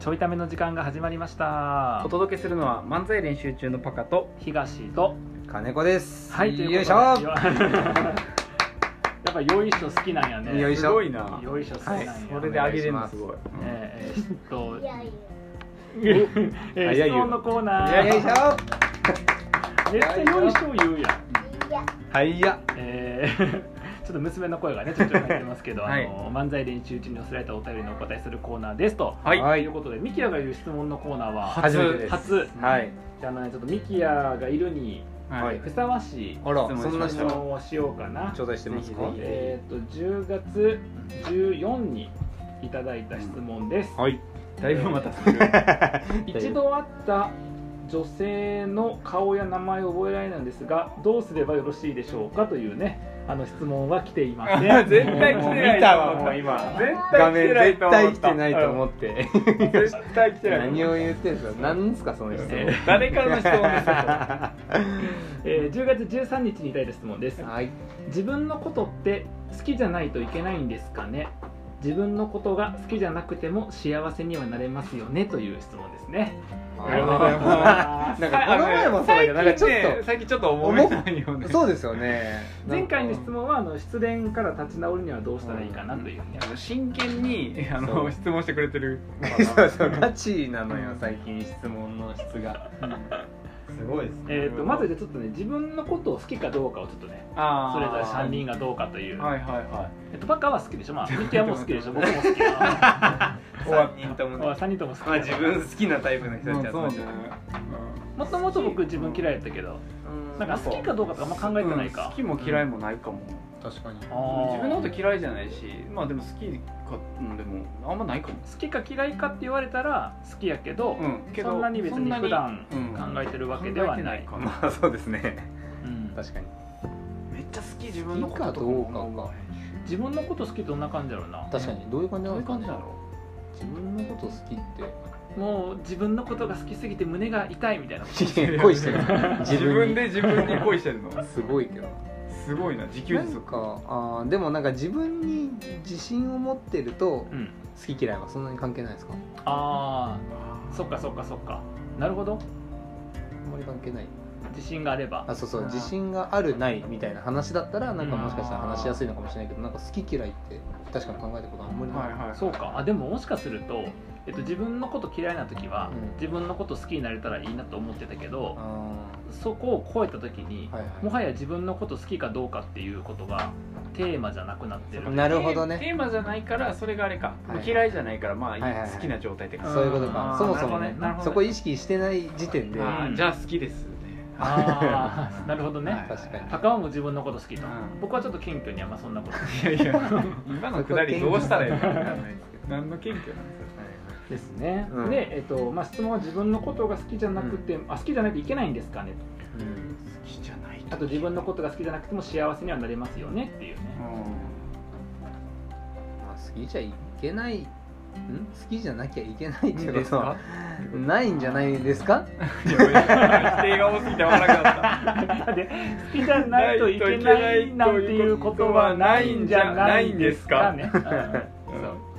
ちょいための時間が始まりましたお届けするのは漫才練習中のパカと東と金子ですはいということで よいしょよやっぱよいしょ好きなんやねよいしょすごいなよいしょ好きなんや、ねそれであげれるのすごいえーえー、っとい、やいやえあー、いや質問のコーナいやーよいしょめっちゃよいしょ言うやんいやはいやえーちょっと娘の声がねちょっと入ってますけど、はいあの漫才練習中に寄せられたお便りにお答えするコーナーですと、はいということでミキヤが言う質問のコーナーは初めてです初はいじゃあねちょっとミキヤがいるにはいふさわしいあら質問そんなし質人問をしようかな頂戴してますかぜひぜえー、と10月14にいただいた質問です、はいだいぶまたする一度会った女性の顔や名前を覚えられないんですがどうすればよろしいでしょうかというねあの質問は来ていません 絶対来てもうない見たわもう今絶画対来面てない絶と思った対来てないと思ってうん絶対来てない何を言ってんすか何ですかその人え誰からの質問ですかは えー10月13日にいただいた質問ですい自分のことって好きじゃないといけないんですかね自分のことが好きじゃなくても幸せにはなれますよねという質問ですねありがとうございまなんかこの前もそうだけどなんかちょっ最近ちょっと思えないよねとそうですよね前回の質問はあの失恋から立ち直るにはどうしたらいいかなというふうにあの真剣に あそのう質問してくれてるそうそうガチなのよ最近質問の質がすごいですえー、とまずじゃあちょっとね自分のことを好きかどうかをちょっとねあそれぞれ3三人がどうかという、はいはいはえっと、バカは好きでしょまあミキアも好きでしょ僕も好き やい3人ともね3人とも好きまあ自分好きなタイプの人たちそうはねもともと僕自分嫌いやったけどなんか好きかどうかとかあんま考えてないうんか好、きも嫌いもないかも確かにあ自ー分のこと嫌いじゃないしまあでも好きかうんでもあんまないかも好きか嫌いかって言われたら好きやけど,、うんけどそんなに別に普段そんなに考えてるわけではない,、考えてかまあそうですねうん確かにめっちゃ好き自好分のきことかとどうかか自分のこと好きどんな感じだろうな確かにどういう感じどなういのうか感じねだろ自分のこと好きっもう自分のことが好きすぎて胸が痛いみたいなて恋してる う 自分で自分に恋してるのすごいけどすごいな自給な自ん足かあーでもなんか自分に自信を持ってるとうん好き嫌いはそんなに関係ないですかああそっかそっかそっかなるほどあんまり関係ない自信があればあそうそうあー自信があるないみたいな話だったらなんかもしかしたら話しやすいのかもしれないけどなんか好き嫌いって確かに考えたことあんまりない、はいはいそうかあでももしかすると、えっと、自分のこと嫌いな時は、うん自分のこと好きになれたらいいなと思ってたけどあそこを超えた時に、ーはいはいもはや自分のこと好きかどうかっていうことがテーマじゃなくなってるなるほどねテーマじゃないからそれがあれか、はい嫌いじゃないからまあ、はいはい好きな状態ってか、んそういうことあかーそもそもなねるほどねなるほどそこ意識してない時点で、あーじゃあ好きですねああなるほどね、はい確かに高尾も自分のこと好きと、うん僕はちょっと謙虚にあんまそんなことい やいや今のくだりどうしたらいいの何の謙虚なのですね、うんで、えっとまあ、質問は自分のことが好きじゃなくて、あ好きじゃないといけないんですかねうん好きじゃないとあと自分のことが好きじゃなくても幸せにはなれますよねっていう ね、まあ、好きじゃいけないん好きじゃなきゃいけないっうんていいこですとはかないんじゃないですかいやいや否定が多すぎてわからなかっで好きじゃないといけないなんていうことはないんじゃないんですかね、た、うんそう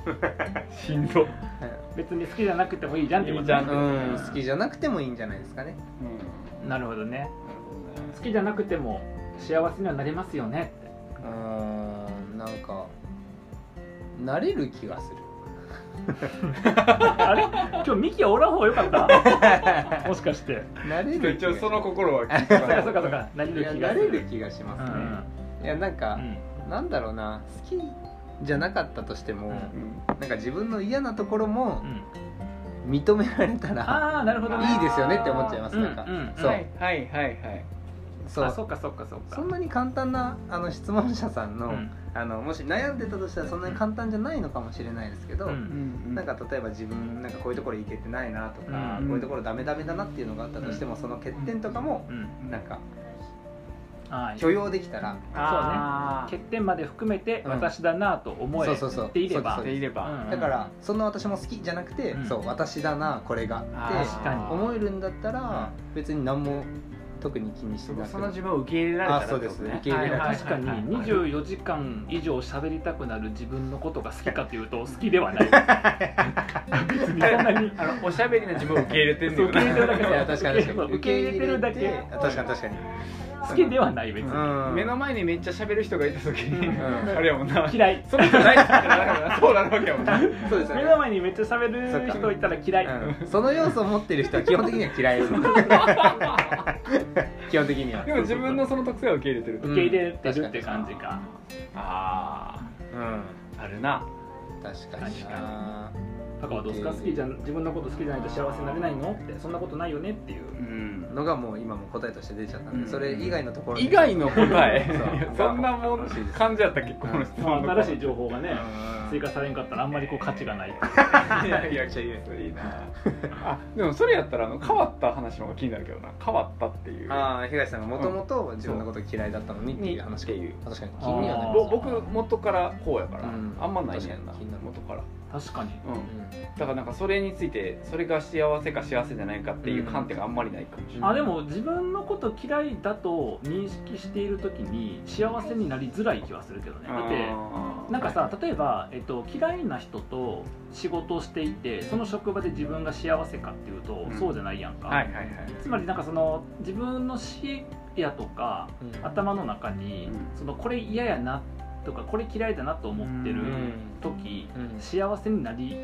うんしんど、別に好きじゃなくてもいいじゃんってこといいじゃんうん好きじゃなくてもいいんじゃないですかねなるほどね好きじゃなくても幸せにはなれますよねってうーんなんか慣れる気がするあれ今日ミキおらん方がよか ったもしかして慣れちょっと一る気が応その心は聞いそてうもからそうかそうかなれいるや気が慣すれるる気がしまうすね、んいやなんかう、んなんだろうな好きじゃなかったとしても、うんうんなんか自分の嫌なところもうん認められたら、ああなるほどねいいですよねって思っちゃいますなんか、うんうんそう、はいはいはいはいそあうそっかそっかそっかそんなに簡単なあの質問者さんの,、うんあのもし悩んでたとしたらそんなに簡単じゃないのかもしれないですけど、うんなんか例えば自分なんかこういうところいけてないなとか、うんこういうところダメダメだなっていうのがあったとしても、その欠点とかもうんなんかはい許容できたら、あー欠点まで含めてうん私だなと思えそうそうそうていればそうでいれば、うんだからそんな私も好きじゃなくて、うんそう私だなこれがってあー確かに思えるんだったら、別に何も特に気にしてそこなくてそもの自分を受け入れられたらってことあそうですね受け入れられたはい確かにはいはいはい24時間以上喋りたくなる自分のことが好きかというと好きではない 別にそんなにあのおしゃべりな自分を受け入れてんだそうよ受け入れてるだなけ いや確かに確かに受け入れてるだけ受け入れて確かに確かに好きではない別に、うん目の前にめっちゃ喋る人がいた時に、うんあれやもんな嫌いその人大好きだからそうなるわけやもんなそうですよ目ねの前にめっちゃ喋る人いたら嫌い、うんその要素を持ってる人は基本的には嫌 いです基本的にはでも自分のその特性を受け入れてるとうん受け入れてるって感じか,、あうんああるな確かに確なパカはどうですか好きじゃん自分のこと好きじゃないと幸せになれないのってそんなことないよねっていううんのがもう今も答えとして出ちゃったんで、うんそれ以外のところで以外の答えそういや そんなもん感じやったっけこの質まあ問の新しい情報がねうん追加されんかったらあんまりこう価値がないいやいやいいなあでもそれやったらあの変わった話の方が気になるけどな変わったっていうああ東さんがもともと自分のこと嫌いだったのにっていう話かにっていう確かに気にはなあーりぼます僕元からこうやから、うんあんまないねんな確かに気になる元から、確かにうん、だからなんかそれについてそれが幸せか幸せじゃないかっていう観点があんまりないかもしれない、あでも自分のこと嫌いだと認識している時に幸せになりづらい気はするけどねだってあーなんかさ例えば、えっと、嫌いな人と仕事をしていてその職場で自分が幸せかっていうと、うんそうじゃないやんか、はいはいはい、つまりなんかその自分の視野とかうん頭の中に、うんそのこれ嫌やなとかこれ嫌いだなと思ってるう時、うん幸せになり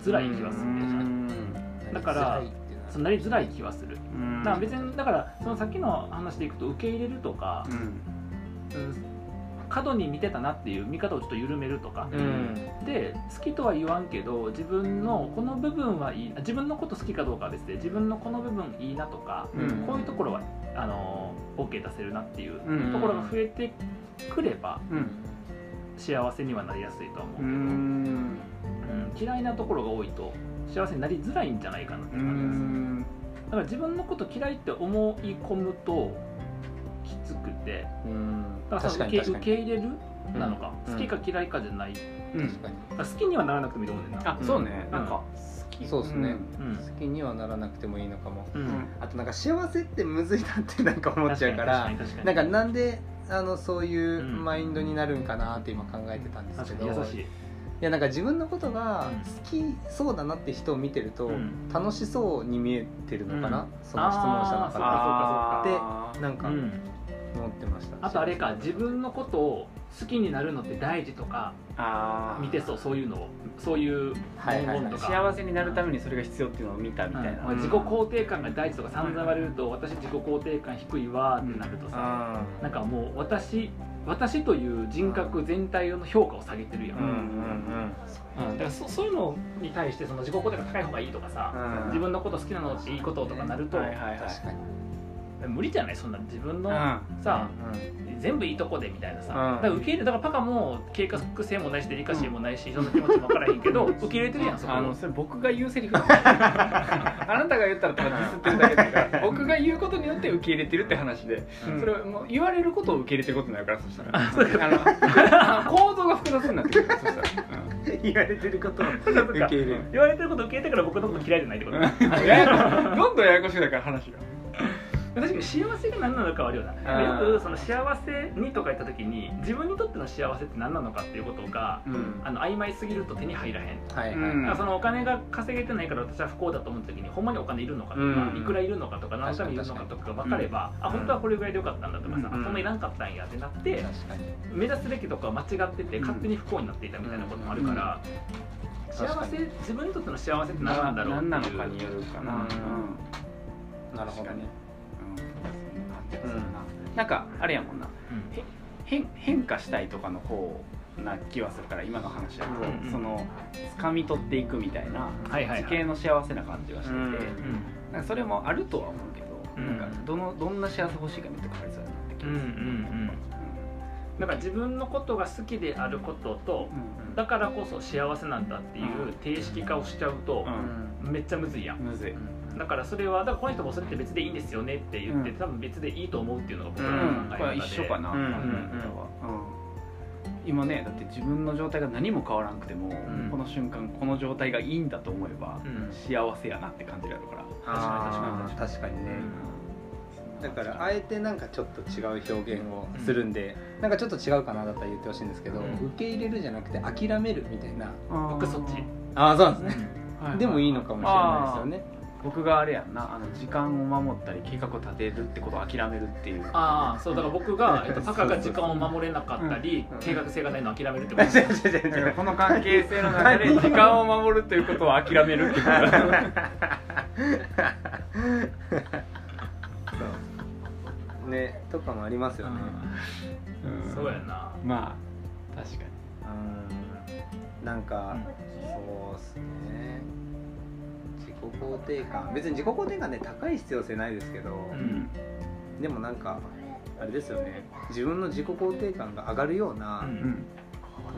づらい気はするんだよねだからそのなりづらい気はするうんだから別にだからそのさっきの話でいくと受け入れるとか、うんうん過度に見てたなっていう見方をちょっと緩めるとか、うんで好きとは言わんけど自分のこの部分はいい自分のこと好きかどうかは別で自分のこの部分いいなとか、うんこういうところはあの OK 出せるなっていううんところが増えてくればうん幸せにはなりやすいとは思ううけど、うんん嫌いなところが多いと幸せになりづらいんじゃないかなってう感じですんだから自分のこと嫌いって思い込むときつくてうんだから確さか受けに確受かけに入れるなのか、うん好きか嫌いかじゃないだうん確かにから好きにはならなくてもいいと思うんだよなあそうね、んなんか好きそうですねうん好きにはならなくてもいいのかもうんうんあとなんか幸せってむずいなってなんか思っちゃうから確に確になんかなんであのそういううんマインドになるんかなって今考えてたんですけ確かどに優しいいやなんか自分のことが好きそうだなって人を見てるとうん楽しそうに見えてるのかなその質問者のあーそうか方あがーなんうか思ん、ってましたあとあれか自分のことを好きになるのって大事とかあー見てそうそういうのをそういうはいはいはい文言とか、幸せになるためにそれが必要っていうのを見たみたいな、うん自己肯定感が大事とか散々言われると、私自己肯定感低いわーってなるとさ、あーなんかもう私私という人格全体の評価を下げてるやん、うんうんうんだからそそういうのに対してその自己肯定感高い方がいいとかさ、うん自分のこと好きなのっていいこととかなると、はいはいはい確かに無理じゃないそんな自分のうさ、うん全部いいとこでみたいなさ、うんだから受け入れだからパカも計画性もないしデリカシーもないし、そんな気持ちも分からへんけど受け入れてるやんそん、こあのそれ僕が言うセ リフあなたが言ったらただディスってるだけだから僕が言うことによって受け入れてるって話で、うんそれはもう言われることを受け入れてることになるからそした らあの構造が複雑になってくるからそしたら、言われて ることを受け受け入れ入れるる言われてること受け入れてから僕のこと嫌いじゃないってことうんややこしいどんどんややこしくなるから話が確かに幸せが何なのかはあるよなうんよくその幸せにとか言った時に自分にとっての幸せって何なのかっていうことがうんあの曖昧すぎると手に入らへん、はいうんだからそのお金が稼げてないから私は不幸だと思った時にほんまにお金いるのかとか、うんいくらいるのかとか何のためにいるのかとかが分かれば、あ本当はこれぐらいでよかったんだとかさ、うんあこんないらんかったんやってなって、確かに目指すべきとこは間違っててうん勝手に不幸になっていたみたいなこともあるから、幸せ自分にとっての幸せって何なんだろうっていう何なのかによるかな、うんうんなるほどねうんそうだななんかあれやもんなうん変変化したいとかの方な気はするから今の話だと、うんうんその掴み取っていくみたいなはいはい地はい形の幸せな感じがしてて、うんなんかそれもあるとは思うけど、うんなんかどのどんな幸せ欲しいかにとかありそうやなって気うがんうんすうる、んだから自分のことが好きであることとうんだからこそ幸せなんだっていう定式化をしちゃうとう、めっちゃむずいやんむずい、だからそれはだからこの人もそれって別でいいんですよねって言って、うん多分別でいいと思うっていうのが僕うらのん考えこれ方はで、一緒かな、うんうんうん今ねだって自分の状態が何も変わらなくても、んこの瞬間この状態がいいんだと思えばうん幸せやなって感じるやろから、あー確かにねそんなだからあえてなんかちょっと違う表現をするんで、なんかちょっと違うかなだったら言ってほしいんですけど、うん受け入れるじゃなくて諦めるみたいな僕僕そそっっちち、ああそうなんですね、はいでもいいのかもしれないですよね僕があれやんなあの時間を守ったり計画を立てるってことを諦めるっていうああそうだから僕が、えっと、パカが時間を守れなかったりうん計画性がないのを諦めるってこ違とうです 違う違う違うこの関係性の中で時間を守るということを諦めるってことだそうねとかもありますよねうんそうやなまあ確かうんなんか、うんそうっすね自己肯定感別に自己肯定感ね高い必要性ないですけど、に、うんでもなんかあれですよね自分の自己肯定感が上がるようなうんうん、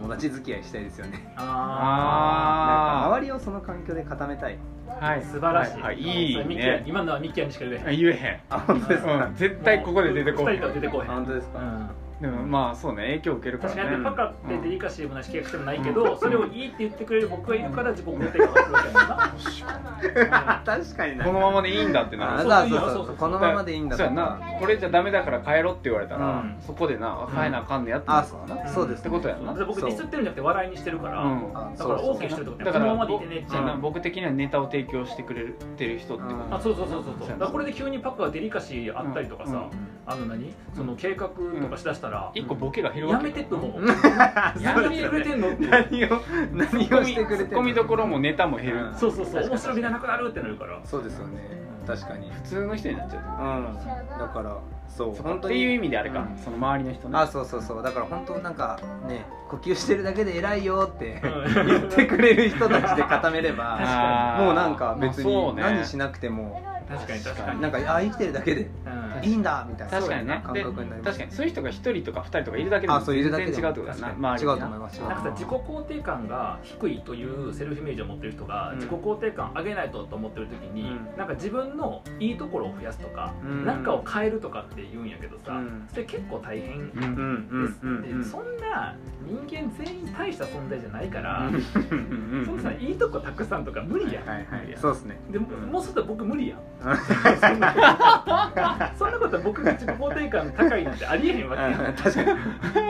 友達付き合いしたいですよね、あなんかあ周りをその環境で固めたいーはいあ素晴らしい、はい、いそいれミキヤね今のはミキヤにしか言えあない言えへあ本当ですか、ん、うん、絶対ここで出てこなない2人とは出てこへんあ本当ですか、うんでもまあそうね影響受けるから確ねかにパカってデリカシーもないし契約してもないけど、それをいいって言ってくれる僕がいるから自己肯定感がするわけだな確かにこのままでいいんだってなあそそうういいそうよそうそうそうこのままでいいんだそとうかやなこれじゃダメだから帰ろって言われたら、うんそこでな帰なあかんねやってなあるからな、そそうですってことやんだなって僕ディスってるんじゃなくて笑いにしてるから、うんあだからそうそう OK してるってことねこだかのらままでいてねってそうやなうん僕的にはネタを提供してくれてる人ってこと、うんあそうそうそうそうそうだからこれで急にパックがデリカシーあったりとかさ、うんあの何その計画とかしだしたら、一個ボケが広やがるめてってもううんやめてくれてんのっていう何を何ツをしてくれッてコミるどころもネタも減る、うん普そうそうそう確かに面白みがなくなるってなるからそうですよね確かにうん通の人になっちゃだからそうう本当っていうに意味であれか、うんその周りの人ねあそうそうそうだから本当なんかね呼吸してるだけで偉いよってうん言ってくれる人たちで固めれ ばあーもうなんか別まあそうにね何しなくても確かに確かになんかあ生きてるだけでうんいいんだみたいな確かにねそういう感覚になりま確すかにそういう人が一人とか二人とかいるだけであもそうい全るだけ然違でうってことだな周違りうにと思いなます違うなんかさと思います自己肯定感が低いというセルフイメージを持ってる人がうん自己肯定感上げないとと思ってる時に、うんなんか自分のいいところを増やすとか、うんなんかを変えるとかって言うんやけどさ、うんそれ結構大変です、うんうんうんうんで そんな人間全員大した存在じゃないから、うんそんないいとこたくさんとか無理やん、はいはいそうですねでもうんもうすると僕無理やん そんなことそんなことは僕が自己肯定感高いなんてありえへんわけやんあ確かに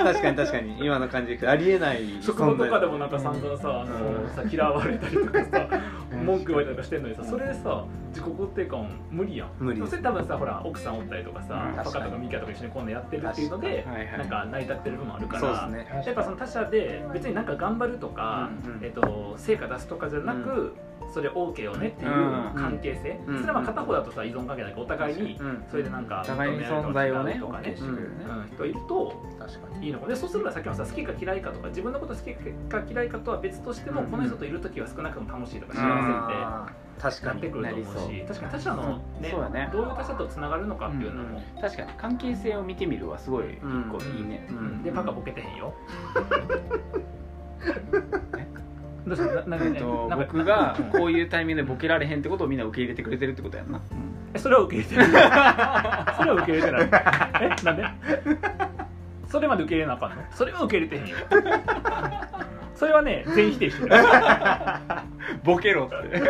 確かに確かに今の感じでありえない職場とかでもななんか散々さ,、んそうさ嫌われたりとかさうん文句言われたりとかしてんのにさそれでさ自己肯定感無理やん無理それ多分さほら奥さんおったりとかさうんパ確かカにとかミキアとか一緒に今度やってるっていうのではいはいなんか成り立ってる部分もあるからそうですねやっぱその他者で別になんか頑張るとか、うんうんえっと成果出すとかじゃなく、それ OK よねっていう関係性、うんそれはまあ片方だとさ依存関係だからお互いにうんそれでなんかお互いに存在をねとかね OK してくれるね、うん、人いると確かいいのかでそうすればさっきのさ好きか嫌いかとか自分のこと好きか嫌いかとは別としても、うんこの人といる時は少なくとも楽しいとかに幸せあー確ってなかっにてくると思うし確かに他者の、ねそうだねどういう他者とつながるのかっていうのも、確かに関係性を見てみるはすごい一個いいね、うでパカボケてへんよ。どうしたななんかえっねとなんか僕がこういうタイミングでボケられへんってことをみんな受け入れてくれてるってことやんな、えそれは受け入れてないそれは受け入れてないえなんでそれまで受け入れなあかんのそれは受け入れてへんよそれはね全否定してるボケろって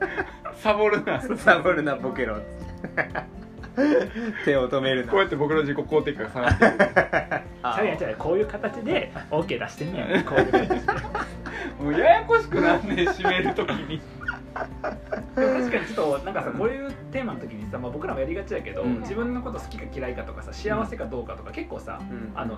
サボるな サボるなボケろ手を止めるなこうやって僕の自己肯定感が下がってる あちゃうやんちゃうやんこういう形で OK 出してんねや こういう形ででももうややこしくなんねん締めるときに確かにちょっとなんかさこういうテーマの時にさ、まあ、僕らもやりがちやけど、うん自分のこと好きか嫌いかとかさ幸せかどうかとか結構さうんあの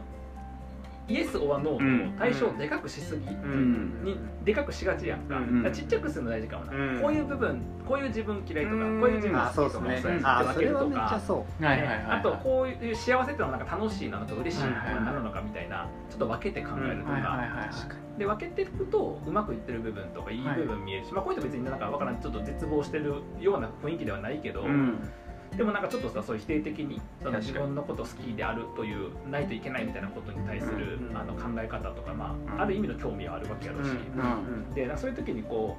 イエス・オア・ノーの対象をでかくしすぎうにでかくしがちやんか,、うんだからちっちゃくするの大事かもな、うんこういう部分こういう自分嫌いとか、うんこういう自分好あきそとうですかもねそうやしあ分そけれるはとめっちゃかそはねあとこういう幸せってのはなんか楽しいなのか嬉しいなのかなのかみたいなちょっと分けて考えるとか、はいはいはうい確かにで分けていくとうまくいってる部分とかいい部分見えるし、まあ、こういう人別になんかわからんちょっと絶望してるような雰囲気ではないけど、うんでもなんかちょっとさそういう否定的にその確かに自分のこと好きであるというないといけないみたいなことに対する、うんうんあの考え方とか、まあうんある意味の興味はあるわけやろし、んでなんかそういう時にこ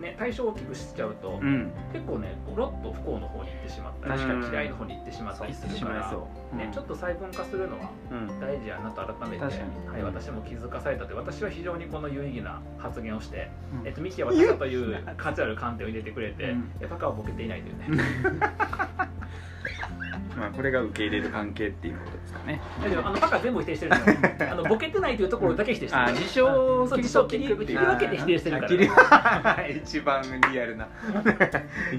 う、ね、対象を大きくしちゃうと、うん結構ねゴロッと不幸の方に行ってしまったり確かに嫌いの方に行ってしまったりするから、ね、ちょっと細分化するのはうん大事やなと改めて、は確かにい、私も気づかされたという私は非常にこの有意義な発言をして、うんえっと、ミキは私だという価値ある観点を入れてくれて、うんえパカはボケていないというねまあ、これが受け入れる関係っていうことですかね大丈夫あのパカ全部否定して るからあのボケてないというところだけ否定してるあ自称をそう切り自取称って切いりくって切いりう分けて否定してるあか切りら 一番リア ルな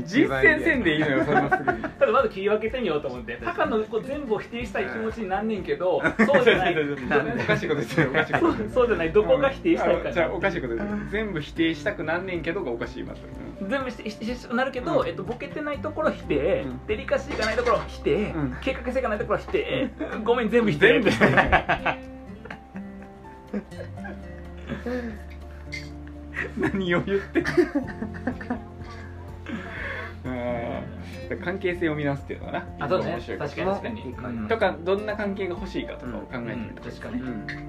実践せんでいいのよそんな すぐにただまず切り分けてみようと思ってパカのこう全部を否定したい気持ちになんねんけどそうじゃない なんでおかしいことですよおかしい ことそうそうじゃないどこが否定したいあかのじゃあおかしいことですよ全部否定したくなんねんけどがおかしいまず、全部してしてしてなるけど、うんえっと、ボケてないところ否定、うんデリカシーがないところ否定、うん計画性がないところ否定、ごめん全部否定全部否定何を言ってんのうん関係性を見直すっていうのかな あそうね面白い確かに確かにうんとかどんな関係が欲しいかとかを考えてみるとか、確かに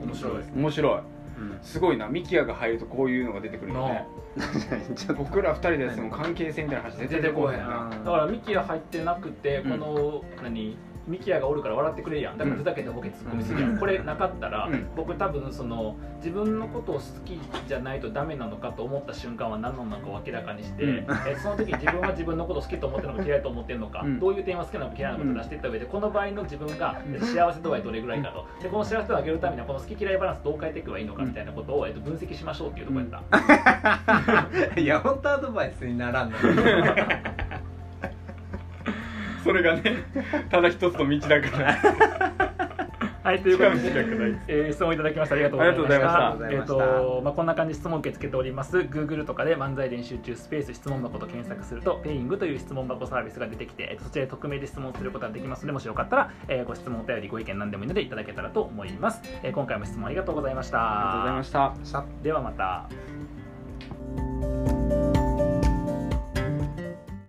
面白いですうん面白いうんすごいなミキヤが入るとこういうのが出てくるよね確かにちょっと僕ら二人でやっても関係性みたいな話全然出てこへんなだからミキヤ入ってなくてうんこの、何ミキヤがおるから笑ってくれるやんだからふざけてボケツッコミするやん、うんこれなかったら、うん僕多分その自分のことを好きじゃないとダメなのかと思った瞬間は何なのかを明らかにして、うんえその時自分は自分のことを好きと思ってるのか嫌いと思ってるのか、うんどういう点は好きなのか嫌いなのかと出していった上でこの場合の自分がうんえ幸せ度合いどれぐらいかとでこの幸せ度を上げるためにはこの好き嫌いバランスどう変えていけばいいのかみたいなことを、えっと、分析しましょうっていうところやった。 いや本当アドバイスにならん のそれがね ただ一つの道だからはい、ということ近道が暗いで、えー質問いただきました。ありがとうございました。ありがとうございましたえっ、と、まあ、こんな感じで質問受け付けております。Google とかで漫才練習中スペース質問箱と検索すると、ペイングという質問箱サービスが出てきて、えーそちらで匿名で質問することができますので、もしよかったら、えーご質問、お便り、ご意見何でもいいのでいただけたらと思います。えー今回も質問ありがとうございました。ありがとうございましたさではまた。ま